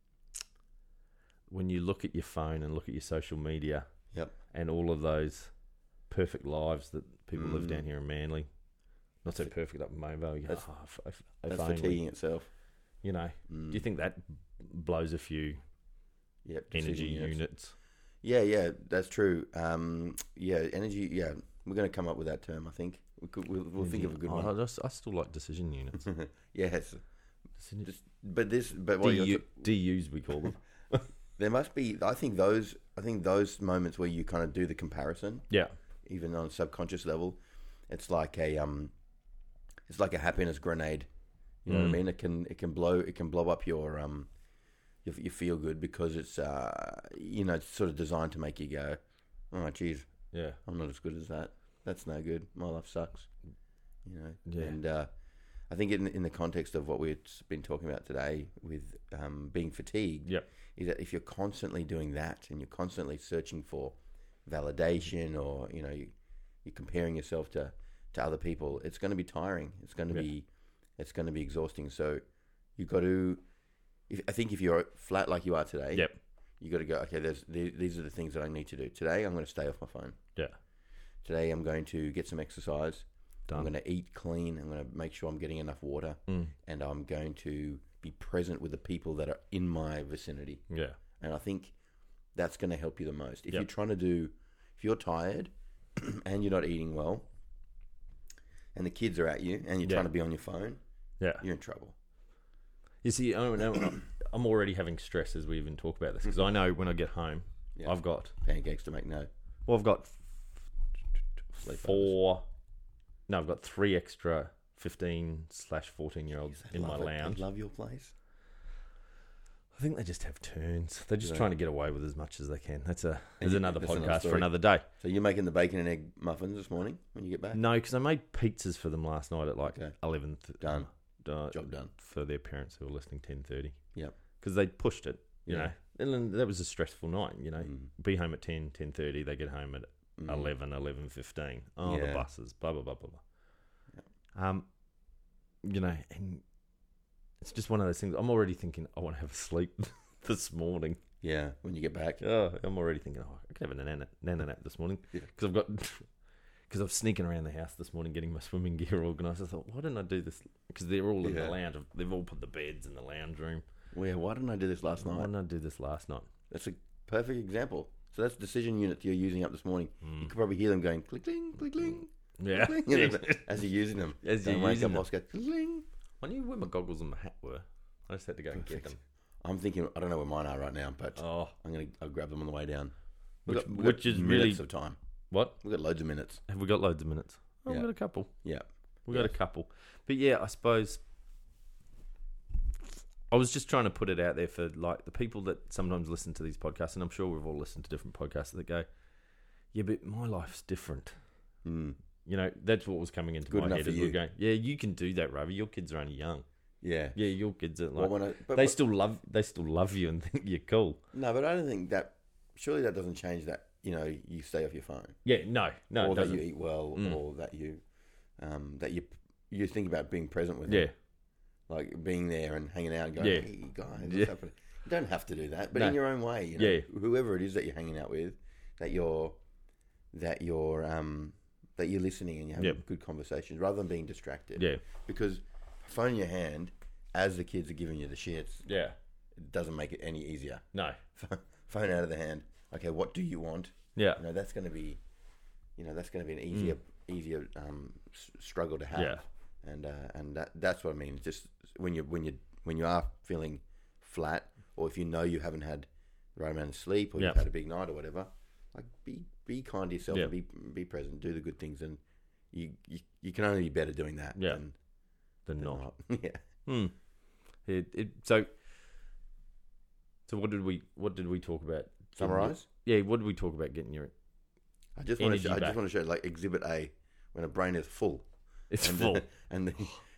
[SPEAKER 2] when you look at your phone and look at your social media
[SPEAKER 1] Yep.
[SPEAKER 2] and all of those perfect lives that people live
[SPEAKER 1] Mm.
[SPEAKER 2] down here in Manly, not so
[SPEAKER 1] That's-
[SPEAKER 2] perfect up in Mayville, you go,
[SPEAKER 1] that's-
[SPEAKER 2] "Oh, if- if- if
[SPEAKER 1] That's
[SPEAKER 2] only,"
[SPEAKER 1] fatiguing itself.
[SPEAKER 2] you know,
[SPEAKER 1] Mm.
[SPEAKER 2] do you think that blows a few
[SPEAKER 1] Yep, decision
[SPEAKER 2] energy
[SPEAKER 1] units.
[SPEAKER 2] units?
[SPEAKER 1] Yeah, yeah, that's true. Um, yeah, energy. Yeah, we're going to come up with that term. I think we could, we'll, we'll think of a good
[SPEAKER 2] Oh,
[SPEAKER 1] one.
[SPEAKER 2] I, just- I still like decision units.
[SPEAKER 1] [LAUGHS] Yes,
[SPEAKER 2] Decision-
[SPEAKER 1] Just- but this, but what you're-
[SPEAKER 2] DU, DUs we
[SPEAKER 1] [LAUGHS]
[SPEAKER 2] call them.
[SPEAKER 1] there must be. I think those. I think those moments where you kind of do the comparison,
[SPEAKER 2] yeah.
[SPEAKER 1] even on a subconscious level, it's like a um, it's like a happiness grenade. You know what I
[SPEAKER 2] Mm.
[SPEAKER 1] mean? It can it can blow it can blow up your um, your, your feel good because it's uh, you know, it's sort of designed to make you go, oh, geez,
[SPEAKER 2] Yeah.
[SPEAKER 1] I'm not as good as that. That's no good. My life sucks. You know.
[SPEAKER 2] Yeah.
[SPEAKER 1] And uh, I think in in the context of what we've been talking about today with um, being fatigued,
[SPEAKER 2] Yep.
[SPEAKER 1] is that if you're constantly doing that and you're constantly searching for validation or you know you, you're comparing yourself to to other people, it's going to be tiring. It's going to
[SPEAKER 2] Yeah.
[SPEAKER 1] be it's going to be exhausting. So you got to. If, I think if you're flat like you are today,
[SPEAKER 2] Yep.
[SPEAKER 1] you got to go. Okay, there's the- these are the things that I need to do today. I'm going to stay off my phone.
[SPEAKER 2] Yeah.
[SPEAKER 1] Today I'm going to get some exercise. I'm
[SPEAKER 2] Done.
[SPEAKER 1] going to eat clean. I'm going to make sure I'm getting enough water,
[SPEAKER 2] Mm.
[SPEAKER 1] and I'm going to be present with the people that are in my vicinity.
[SPEAKER 2] Yeah.
[SPEAKER 1] And I think that's going to help you the most. If
[SPEAKER 2] Yep.
[SPEAKER 1] you're trying to do, if you're tired [CLEARS THROAT] and you're not eating well, and the kids are at you, and you're
[SPEAKER 2] Yeah.
[SPEAKER 1] trying to be on your phone,
[SPEAKER 2] Yeah.
[SPEAKER 1] you're in trouble.
[SPEAKER 2] You see, I know, [COUGHS] I'm already having stress as we even talk about this because I know when I get home,
[SPEAKER 1] Yeah.
[SPEAKER 2] I've got
[SPEAKER 1] Pancakes to make no.
[SPEAKER 2] well, I've got
[SPEAKER 1] Sleepovers.
[SPEAKER 2] four. No, I've got three extra fifteen slash fourteen year olds in my
[SPEAKER 1] Love it. They
[SPEAKER 2] lounge.
[SPEAKER 1] love your place.
[SPEAKER 2] I think they just have turns. They're just
[SPEAKER 1] Yeah.
[SPEAKER 2] trying to get away with as much as they can. That's a there's
[SPEAKER 1] you-
[SPEAKER 2] another
[SPEAKER 1] that's another
[SPEAKER 2] podcast for
[SPEAKER 1] story.
[SPEAKER 2] another day.
[SPEAKER 1] So you're making the bacon and egg muffins this morning when you get back.
[SPEAKER 2] No, because I made pizzas for them last night at like
[SPEAKER 1] Okay.
[SPEAKER 2] eleven.
[SPEAKER 1] Done.
[SPEAKER 2] Uh,
[SPEAKER 1] Job done.
[SPEAKER 2] for their parents who were listening ten thirty.
[SPEAKER 1] Yep.
[SPEAKER 2] because they pushed it. You
[SPEAKER 1] Yeah.
[SPEAKER 2] know, and then that was a stressful night. You know,
[SPEAKER 1] Mm.
[SPEAKER 2] be home at 10, 10.30, They get home at
[SPEAKER 1] Mm.
[SPEAKER 2] 11, 11, Oh, the
[SPEAKER 1] Yeah.
[SPEAKER 2] buses, blah, blah, blah, blah, blah. Um, you know, and it's just one of those things. I'm already thinking, I want to have a sleep [LAUGHS] this morning.
[SPEAKER 1] Yeah, when you get back.
[SPEAKER 2] Oh, I'm already thinking, oh, I could have a nana, nana nap this morning
[SPEAKER 1] Yeah.
[SPEAKER 2] because I've got, [LAUGHS] because I was sneaking around the house this morning getting my swimming gear organised. I thought, why didn't I do this? Because they're all in the
[SPEAKER 1] Yeah.
[SPEAKER 2] lounge. They've all put the beds in the lounge room.
[SPEAKER 1] Well, yeah, why didn't I do this last
[SPEAKER 2] Why
[SPEAKER 1] night?
[SPEAKER 2] didn't I do this last night?
[SPEAKER 1] That's a perfect example. So that's decision units you're using up this morning. You could probably hear them going click, cling, click, cling,
[SPEAKER 2] Hmm. [LAUGHS] Yeah.
[SPEAKER 1] cling, [LAUGHS] you know,
[SPEAKER 2] [LAUGHS]
[SPEAKER 1] as you're using them.
[SPEAKER 2] As
[SPEAKER 1] Don't
[SPEAKER 2] you're
[SPEAKER 1] wake
[SPEAKER 2] using
[SPEAKER 1] up,
[SPEAKER 2] them.
[SPEAKER 1] Oscar, cling.
[SPEAKER 2] I knew where my goggles and my hat were. I just had to go and get them.
[SPEAKER 1] I'm thinking. I don't know where mine are right now, but
[SPEAKER 2] Oh,
[SPEAKER 1] I'm gonna I'll grab them on the way down.
[SPEAKER 2] Which-
[SPEAKER 1] We've we've
[SPEAKER 2] which is
[SPEAKER 1] minutes
[SPEAKER 2] really-
[SPEAKER 1] of time.
[SPEAKER 2] what?
[SPEAKER 1] We've got loads of minutes.
[SPEAKER 2] Have we got loads of minutes? Oh,
[SPEAKER 1] Yeah.
[SPEAKER 2] We've got a couple.
[SPEAKER 1] Yeah.
[SPEAKER 2] We've got a couple. But yeah, I suppose I was just trying to put it out there for like the people that sometimes listen to these podcasts, and I'm sure we've all listened to different podcasts that go, yeah, but my life's different.
[SPEAKER 1] Mm.
[SPEAKER 2] You know, that's what was coming into
[SPEAKER 1] Good
[SPEAKER 2] my
[SPEAKER 1] enough
[SPEAKER 2] head
[SPEAKER 1] for
[SPEAKER 2] as we we're
[SPEAKER 1] you.
[SPEAKER 2] going, yeah, you can do that, Ravi. Your kids are only young.
[SPEAKER 1] Yeah.
[SPEAKER 2] Yeah, your kids are
[SPEAKER 1] Well,
[SPEAKER 2] like,
[SPEAKER 1] when I, but,
[SPEAKER 2] they
[SPEAKER 1] but-
[SPEAKER 2] still love they still love you and [LAUGHS] think you're cool.
[SPEAKER 1] no, but I don't think that. Surely that doesn't change that. You know, you stay off your phone,
[SPEAKER 2] Yeah, no,
[SPEAKER 1] or
[SPEAKER 2] no, it
[SPEAKER 1] that
[SPEAKER 2] doesn't.
[SPEAKER 1] you eat well,
[SPEAKER 2] Mm.
[SPEAKER 1] or that you, um, that you, you think about being present with.
[SPEAKER 2] yeah,
[SPEAKER 1] Them. Like being there and hanging out and going,
[SPEAKER 2] Yeah.
[SPEAKER 1] hey guys, what's
[SPEAKER 2] Yeah.
[SPEAKER 1] happening? You don't have to do that, but
[SPEAKER 2] No.
[SPEAKER 1] in your own way, you know,
[SPEAKER 2] Yeah.
[SPEAKER 1] whoever it is that you're hanging out with, that you're, that you're, um, that you're listening and you're having
[SPEAKER 2] Yep.
[SPEAKER 1] good conversations rather than being distracted.
[SPEAKER 2] yeah,
[SPEAKER 1] because phone in your hand as the kids are giving you the shits
[SPEAKER 2] yeah.
[SPEAKER 1] it doesn't make it any easier [LAUGHS]
[SPEAKER 2] No,
[SPEAKER 1] phone out of the hand okay what do you want
[SPEAKER 2] yeah,
[SPEAKER 1] you know that's going to be you know that's going to be an easier easier um, s- struggle to have
[SPEAKER 2] Mm. Yeah.
[SPEAKER 1] and uh, and that that's what i mean just when you when you when you are feeling flat or if you know you haven't had the right amount of sleep or
[SPEAKER 2] Yeah.
[SPEAKER 1] you've had a big night or whatever like be be kind to yourself
[SPEAKER 2] Yeah.
[SPEAKER 1] and be be present do the good things and you, you you can only be better doing that
[SPEAKER 2] Yeah.
[SPEAKER 1] than,
[SPEAKER 2] they're
[SPEAKER 1] than
[SPEAKER 2] not.
[SPEAKER 1] not. [LAUGHS] yeah
[SPEAKER 2] Hmm. It, it so. So what did we what did we talk about?
[SPEAKER 1] summarize.
[SPEAKER 2] Yeah, what did we talk about getting your?
[SPEAKER 1] I just want to
[SPEAKER 2] Energy
[SPEAKER 1] show, I
[SPEAKER 2] back.
[SPEAKER 1] just want to show like Exhibit A when a brain is full.
[SPEAKER 2] It's
[SPEAKER 1] and
[SPEAKER 2] full.
[SPEAKER 1] The, [LAUGHS] and the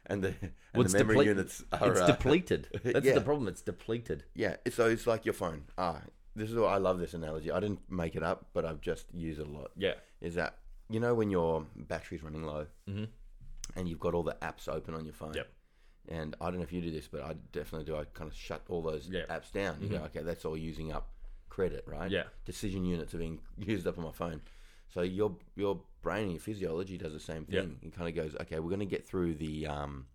[SPEAKER 1] and the, and
[SPEAKER 2] Well,
[SPEAKER 1] the
[SPEAKER 2] it's
[SPEAKER 1] memory
[SPEAKER 2] deplete-
[SPEAKER 1] units are
[SPEAKER 2] [LAUGHS] it's
[SPEAKER 1] uh,
[SPEAKER 2] [LAUGHS] depleted. That's
[SPEAKER 1] yeah.
[SPEAKER 2] the problem. It's depleted.
[SPEAKER 1] yeah. it's- So it's like your phone. Ah, this is what I love this analogy. I didn't make it up, but I've just used it a lot.
[SPEAKER 2] Yeah.
[SPEAKER 1] Is that you know when your battery's running low, and you've got all the apps open on your phone.
[SPEAKER 2] Mm-hmm. Yep.
[SPEAKER 1] And I don't know if you do this, but I definitely do. I kind of shut all those
[SPEAKER 2] Yeah. Mm-hmm.
[SPEAKER 1] apps down. You go, okay, that's all using up credit, right?
[SPEAKER 2] Yeah.
[SPEAKER 1] Decision units are being [LAUGHS] used up on my phone. So your your brain and your physiology does the same
[SPEAKER 2] Yeah.
[SPEAKER 1] thing. It kind of goes, okay, we're going to get through the um,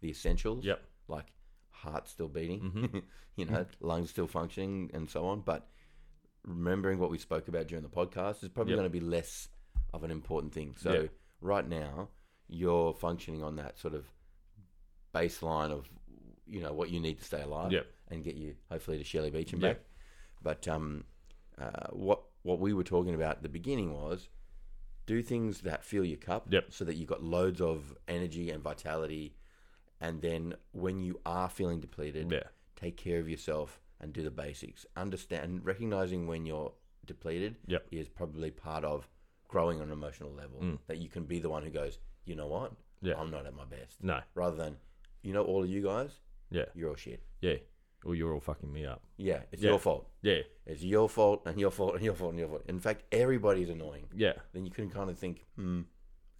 [SPEAKER 1] the essentials.
[SPEAKER 2] Yep.
[SPEAKER 1] Like heart still beating,
[SPEAKER 2] Mm-hmm.
[SPEAKER 1] [LAUGHS] you know, lungs still functioning, and so on. But remembering what we spoke about during the podcast is probably
[SPEAKER 2] Yep.
[SPEAKER 1] going to be less of an important thing. So
[SPEAKER 2] Yeah.
[SPEAKER 1] right now, you're functioning on that sort of baseline of you know what you need to stay alive
[SPEAKER 2] Yep.
[SPEAKER 1] and get you hopefully to Shelley Beach and
[SPEAKER 2] Yeah.
[SPEAKER 1] back. But um, uh, what what we were talking about at the beginning was do things that fill your cup
[SPEAKER 2] Yep.
[SPEAKER 1] so that you've got loads of energy and vitality. And then when you are feeling depleted,
[SPEAKER 2] Yeah.
[SPEAKER 1] take care of yourself and do the basics. Understand, recognizing when you're depleted
[SPEAKER 2] Yep. Mm.
[SPEAKER 1] is probably part of growing on an emotional level. That you can be the one who goes, you know what?
[SPEAKER 2] Yeah.
[SPEAKER 1] I'm not at my best.
[SPEAKER 2] No.
[SPEAKER 1] Rather than, you know, all of you guys,
[SPEAKER 2] Yeah.
[SPEAKER 1] you're all shit.
[SPEAKER 2] Yeah. Or you're all fucking me up.
[SPEAKER 1] Yeah, it's
[SPEAKER 2] Yeah.
[SPEAKER 1] your fault.
[SPEAKER 2] Yeah.
[SPEAKER 1] It's your fault and your fault and your fault and your fault. In fact, everybody's annoying.
[SPEAKER 2] Yeah.
[SPEAKER 1] Then you can kind of think, hmm,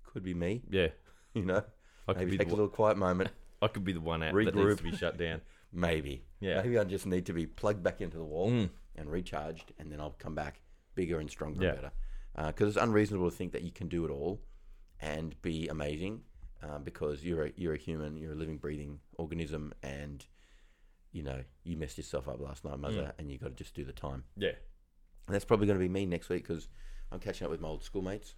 [SPEAKER 1] could be me,
[SPEAKER 2] Yeah.
[SPEAKER 1] [LAUGHS] you know?
[SPEAKER 2] I could
[SPEAKER 1] Maybe
[SPEAKER 2] be
[SPEAKER 1] take
[SPEAKER 2] the
[SPEAKER 1] a
[SPEAKER 2] one-
[SPEAKER 1] little quiet moment.
[SPEAKER 2] I could be the one out that needs
[SPEAKER 1] Regroup.
[SPEAKER 2] to be shut down.
[SPEAKER 1] [LAUGHS] Maybe.
[SPEAKER 2] Yeah.
[SPEAKER 1] Maybe I just need to be plugged back into the wall and recharged, and then I'll come back bigger and stronger
[SPEAKER 2] Yeah.
[SPEAKER 1] and better. Because it's unreasonable to think that you can do it all and be amazing, um, because you're a, you're a human, you're a living, breathing organism, and you know you messed yourself up last night, mother, and you got to just do the time.
[SPEAKER 2] [LAUGHS] Yeah.
[SPEAKER 1] And that's probably going to be me next week because I'm catching up with my old schoolmates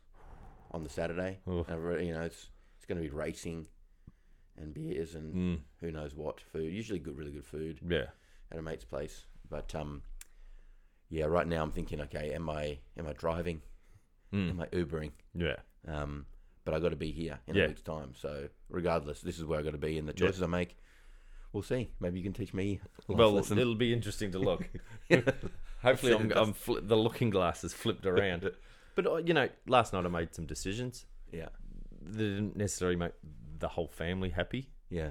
[SPEAKER 1] on the Saturday.
[SPEAKER 2] Oh.
[SPEAKER 1] And I've already- you know, it's it's going to be racing and beers and
[SPEAKER 2] Mm.
[SPEAKER 1] who knows what food. Usually good, really good food
[SPEAKER 2] Yeah.
[SPEAKER 1] at a mate's place. But um, yeah, right now I'm thinking, okay, am I am I driving? Am
[SPEAKER 2] Mm.
[SPEAKER 1] I Ubering?
[SPEAKER 2] Yeah.
[SPEAKER 1] Um, but I got to be here in
[SPEAKER 2] Yeah.
[SPEAKER 1] a week's time. So regardless, this is where I got to be, and the choices I make, we'll see. Maybe you can teach me. life
[SPEAKER 2] well,
[SPEAKER 1] lesson.
[SPEAKER 2] it'll be interesting to look. [LAUGHS] Hopefully, I'm, I'm fli the looking glass is flipped around. but uh, you know, last night I made some decisions.
[SPEAKER 1] yeah,
[SPEAKER 2] that didn't necessarily make the whole family happy
[SPEAKER 1] yeah.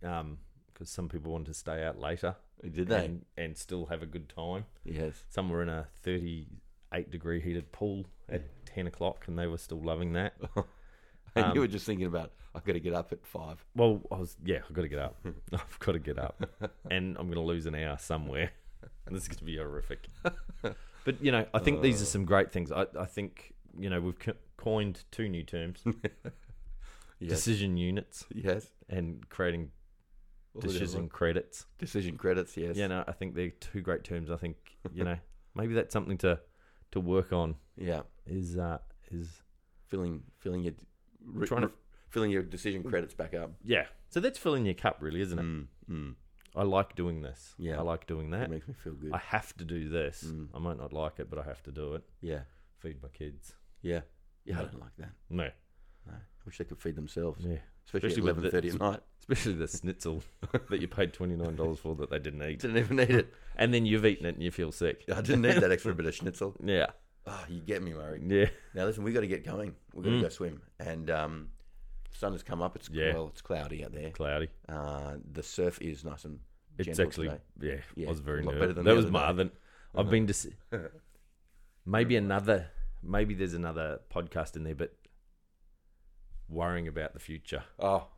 [SPEAKER 2] because some people wanted to stay out later
[SPEAKER 1] Did they?
[SPEAKER 2] and, and still have a good time.
[SPEAKER 1] yes. [LAUGHS]
[SPEAKER 2] Some were in a 38 degree heated pool at 10 o'clock and they were still loving that.
[SPEAKER 1] And
[SPEAKER 2] Um,
[SPEAKER 1] you were just thinking about I got to get up at five. [LAUGHS]
[SPEAKER 2] Well, I was, yeah, I've got to get up. [LAUGHS] I've got to get up. And I'm going to lose an hour somewhere. [LAUGHS] And this is going to be horrific. But, you know, I think these are some great things. I, I think, you know, we've co- coined two new terms
[SPEAKER 1] Yes.
[SPEAKER 2] decision units
[SPEAKER 1] yes.
[SPEAKER 2] and creating
[SPEAKER 1] What was the other
[SPEAKER 2] decision
[SPEAKER 1] one?
[SPEAKER 2] credits.
[SPEAKER 1] decision credits. Yes.
[SPEAKER 2] Yeah, no, I think they're two great terms. I think you know maybe that's something to to work on.
[SPEAKER 1] Yeah.
[SPEAKER 2] Is uh is
[SPEAKER 1] Filling filling your re,
[SPEAKER 2] Trying to-
[SPEAKER 1] re- filling your decision credits back up.
[SPEAKER 2] yeah. So that's filling your cup, really, isn't it?
[SPEAKER 1] Mm, mm.
[SPEAKER 2] I like doing this.
[SPEAKER 1] Yeah.
[SPEAKER 2] I like doing
[SPEAKER 1] It
[SPEAKER 2] that.
[SPEAKER 1] makes me feel good.
[SPEAKER 2] I have to do this.
[SPEAKER 1] Mm.
[SPEAKER 2] I might not like it, but I have to do it.
[SPEAKER 1] yeah,
[SPEAKER 2] Feed my kids.
[SPEAKER 1] yeah, yeah. I
[SPEAKER 2] Yeah.
[SPEAKER 1] don't like that.
[SPEAKER 2] No.
[SPEAKER 1] No. I wish they could feed themselves,
[SPEAKER 2] Yeah.
[SPEAKER 1] especially,
[SPEAKER 2] Especially
[SPEAKER 1] at
[SPEAKER 2] with
[SPEAKER 1] eleven thirty at night.
[SPEAKER 2] Especially the schnitzel [LAUGHS] that you paid twenty nine dollars for that they didn't eat,
[SPEAKER 1] Didn't even need
[SPEAKER 2] [LAUGHS]
[SPEAKER 1] it.
[SPEAKER 2] and then you've eaten it and you feel sick.
[SPEAKER 1] I didn't need that extra bit of schnitzel.
[SPEAKER 2] Yeah.
[SPEAKER 1] Ah, you get me, Murray.
[SPEAKER 2] Yeah.
[SPEAKER 1] Now listen, we got to get going. We're going to go
[SPEAKER 2] Mm.
[SPEAKER 1] swim, and um, the sun has come up. It's
[SPEAKER 2] Yeah.
[SPEAKER 1] well, it's cloudy out there.
[SPEAKER 2] Cloudy.
[SPEAKER 1] Uh, the surf is nice and
[SPEAKER 2] It's
[SPEAKER 1] gentle
[SPEAKER 2] actually
[SPEAKER 1] today.
[SPEAKER 2] yeah,
[SPEAKER 1] Yeah,
[SPEAKER 2] I was very
[SPEAKER 1] a lot
[SPEAKER 2] nervous.
[SPEAKER 1] better than
[SPEAKER 2] that
[SPEAKER 1] the
[SPEAKER 2] was
[SPEAKER 1] other
[SPEAKER 2] my
[SPEAKER 1] day.
[SPEAKER 2] other. Uh-huh. I've been to see, maybe another. Maybe there's another podcast in there, but worrying about the future.
[SPEAKER 1] Oh,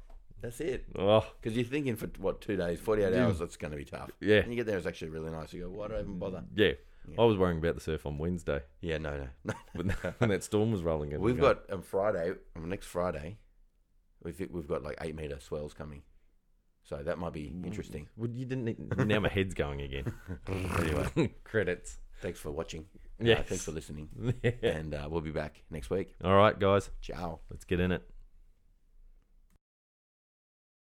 [SPEAKER 1] that's it.
[SPEAKER 2] Oh
[SPEAKER 1] Because you're thinking for what two days, forty eight
[SPEAKER 2] Yeah.
[SPEAKER 1] hours, that's going to be tough.
[SPEAKER 2] yeah, Mm. Oh,
[SPEAKER 1] And you get there, it's actually really nice. You go, why do I even bother?
[SPEAKER 2] yeah.
[SPEAKER 1] Yeah.
[SPEAKER 2] I was worrying about the surf on Wednesday [LAUGHS]
[SPEAKER 1] Yeah, no, [LAUGHS] no, no.
[SPEAKER 2] when, when that storm was rolling in.
[SPEAKER 1] We've
[SPEAKER 2] I'm going,
[SPEAKER 1] got on Friday, on next Friday, we think we've got like eight meter swells coming, so that might be interesting.
[SPEAKER 2] "Mm, Well, you didn't. Need, now my head's going [LAUGHS] again.
[SPEAKER 1] [LAUGHS] Anyway.
[SPEAKER 2] [LAUGHS] credits.
[SPEAKER 1] Thanks for watching. Uh,
[SPEAKER 2] Yes.
[SPEAKER 1] thanks for listening,
[SPEAKER 2] Yeah.
[SPEAKER 1] and uh, we'll be back next week.
[SPEAKER 2] [LAUGHS] All right, guys,
[SPEAKER 1] Ciao.
[SPEAKER 2] let's get in it.